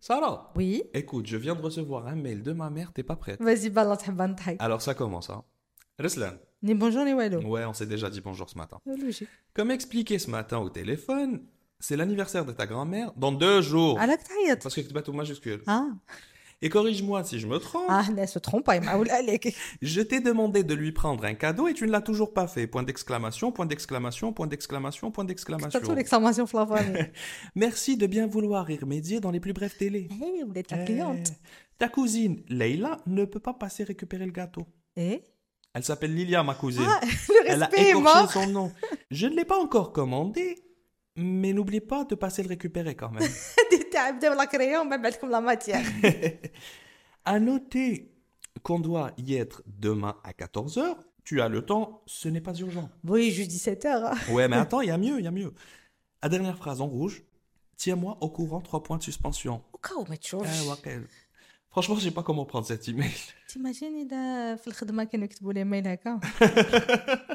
Sarah, Oui. écoute, je viens de recevoir un mail de ma mère, t'es pas prête. Vas-y, balance, حابة نضحك. Alors ça commence, hein. Ruslan. Ni bonjour ni wallo. Ouais, on s'est déjà dit bonjour ce matin. Logique. Comme expliqué ce matin au téléphone, c'est l'anniversaire de ta grand-mère dans deux jours. على راك تعيط. Parce que tu tout majuscule. Ah, Et corrige-moi si je me trompe. ah, elle se trompe, elle m'a عليك. Ah, Je t'ai demandé de lui prendre un cadeau et tu ne l'as toujours pas fait. Point d'exclamation, point d'exclamation, point d'exclamation, point T'as d'exclamation. tout l'exclamation في لا Eh, فامille. Merci de bien vouloir y remédier dans les plus brefs délais. Eh, vous êtes la cliente. Eh, ta cousine, Leila, ne peut pas passer récupérer le gâteau. Eh Elle s'appelle Lilia, ma cousine. Ah, le Elle a respect est écorché mort. son nom. Je ne l'ai pas encore commandé, mais n'oublie pas de passer le récupérer quand même. هادي تاع بدا بلا كريون من بعد لكم لا ماتيير. À noter qu'on doit y être demain à 14h. Tu as le temps, ce n'est pas urgent. Oui, juste hein. 17h. Ouais, mais attends, il y a mieux, il y a mieux. La dernière phrase en rouge. Tiens-moi au courant, trois points de suspension. Au cas où ما Ah, تشوفش. Wakel. Franchement, je sais pas comment prendre cet email. تيماجيني اذا في الخدمه كانوا يكتبوا لي ميل هكا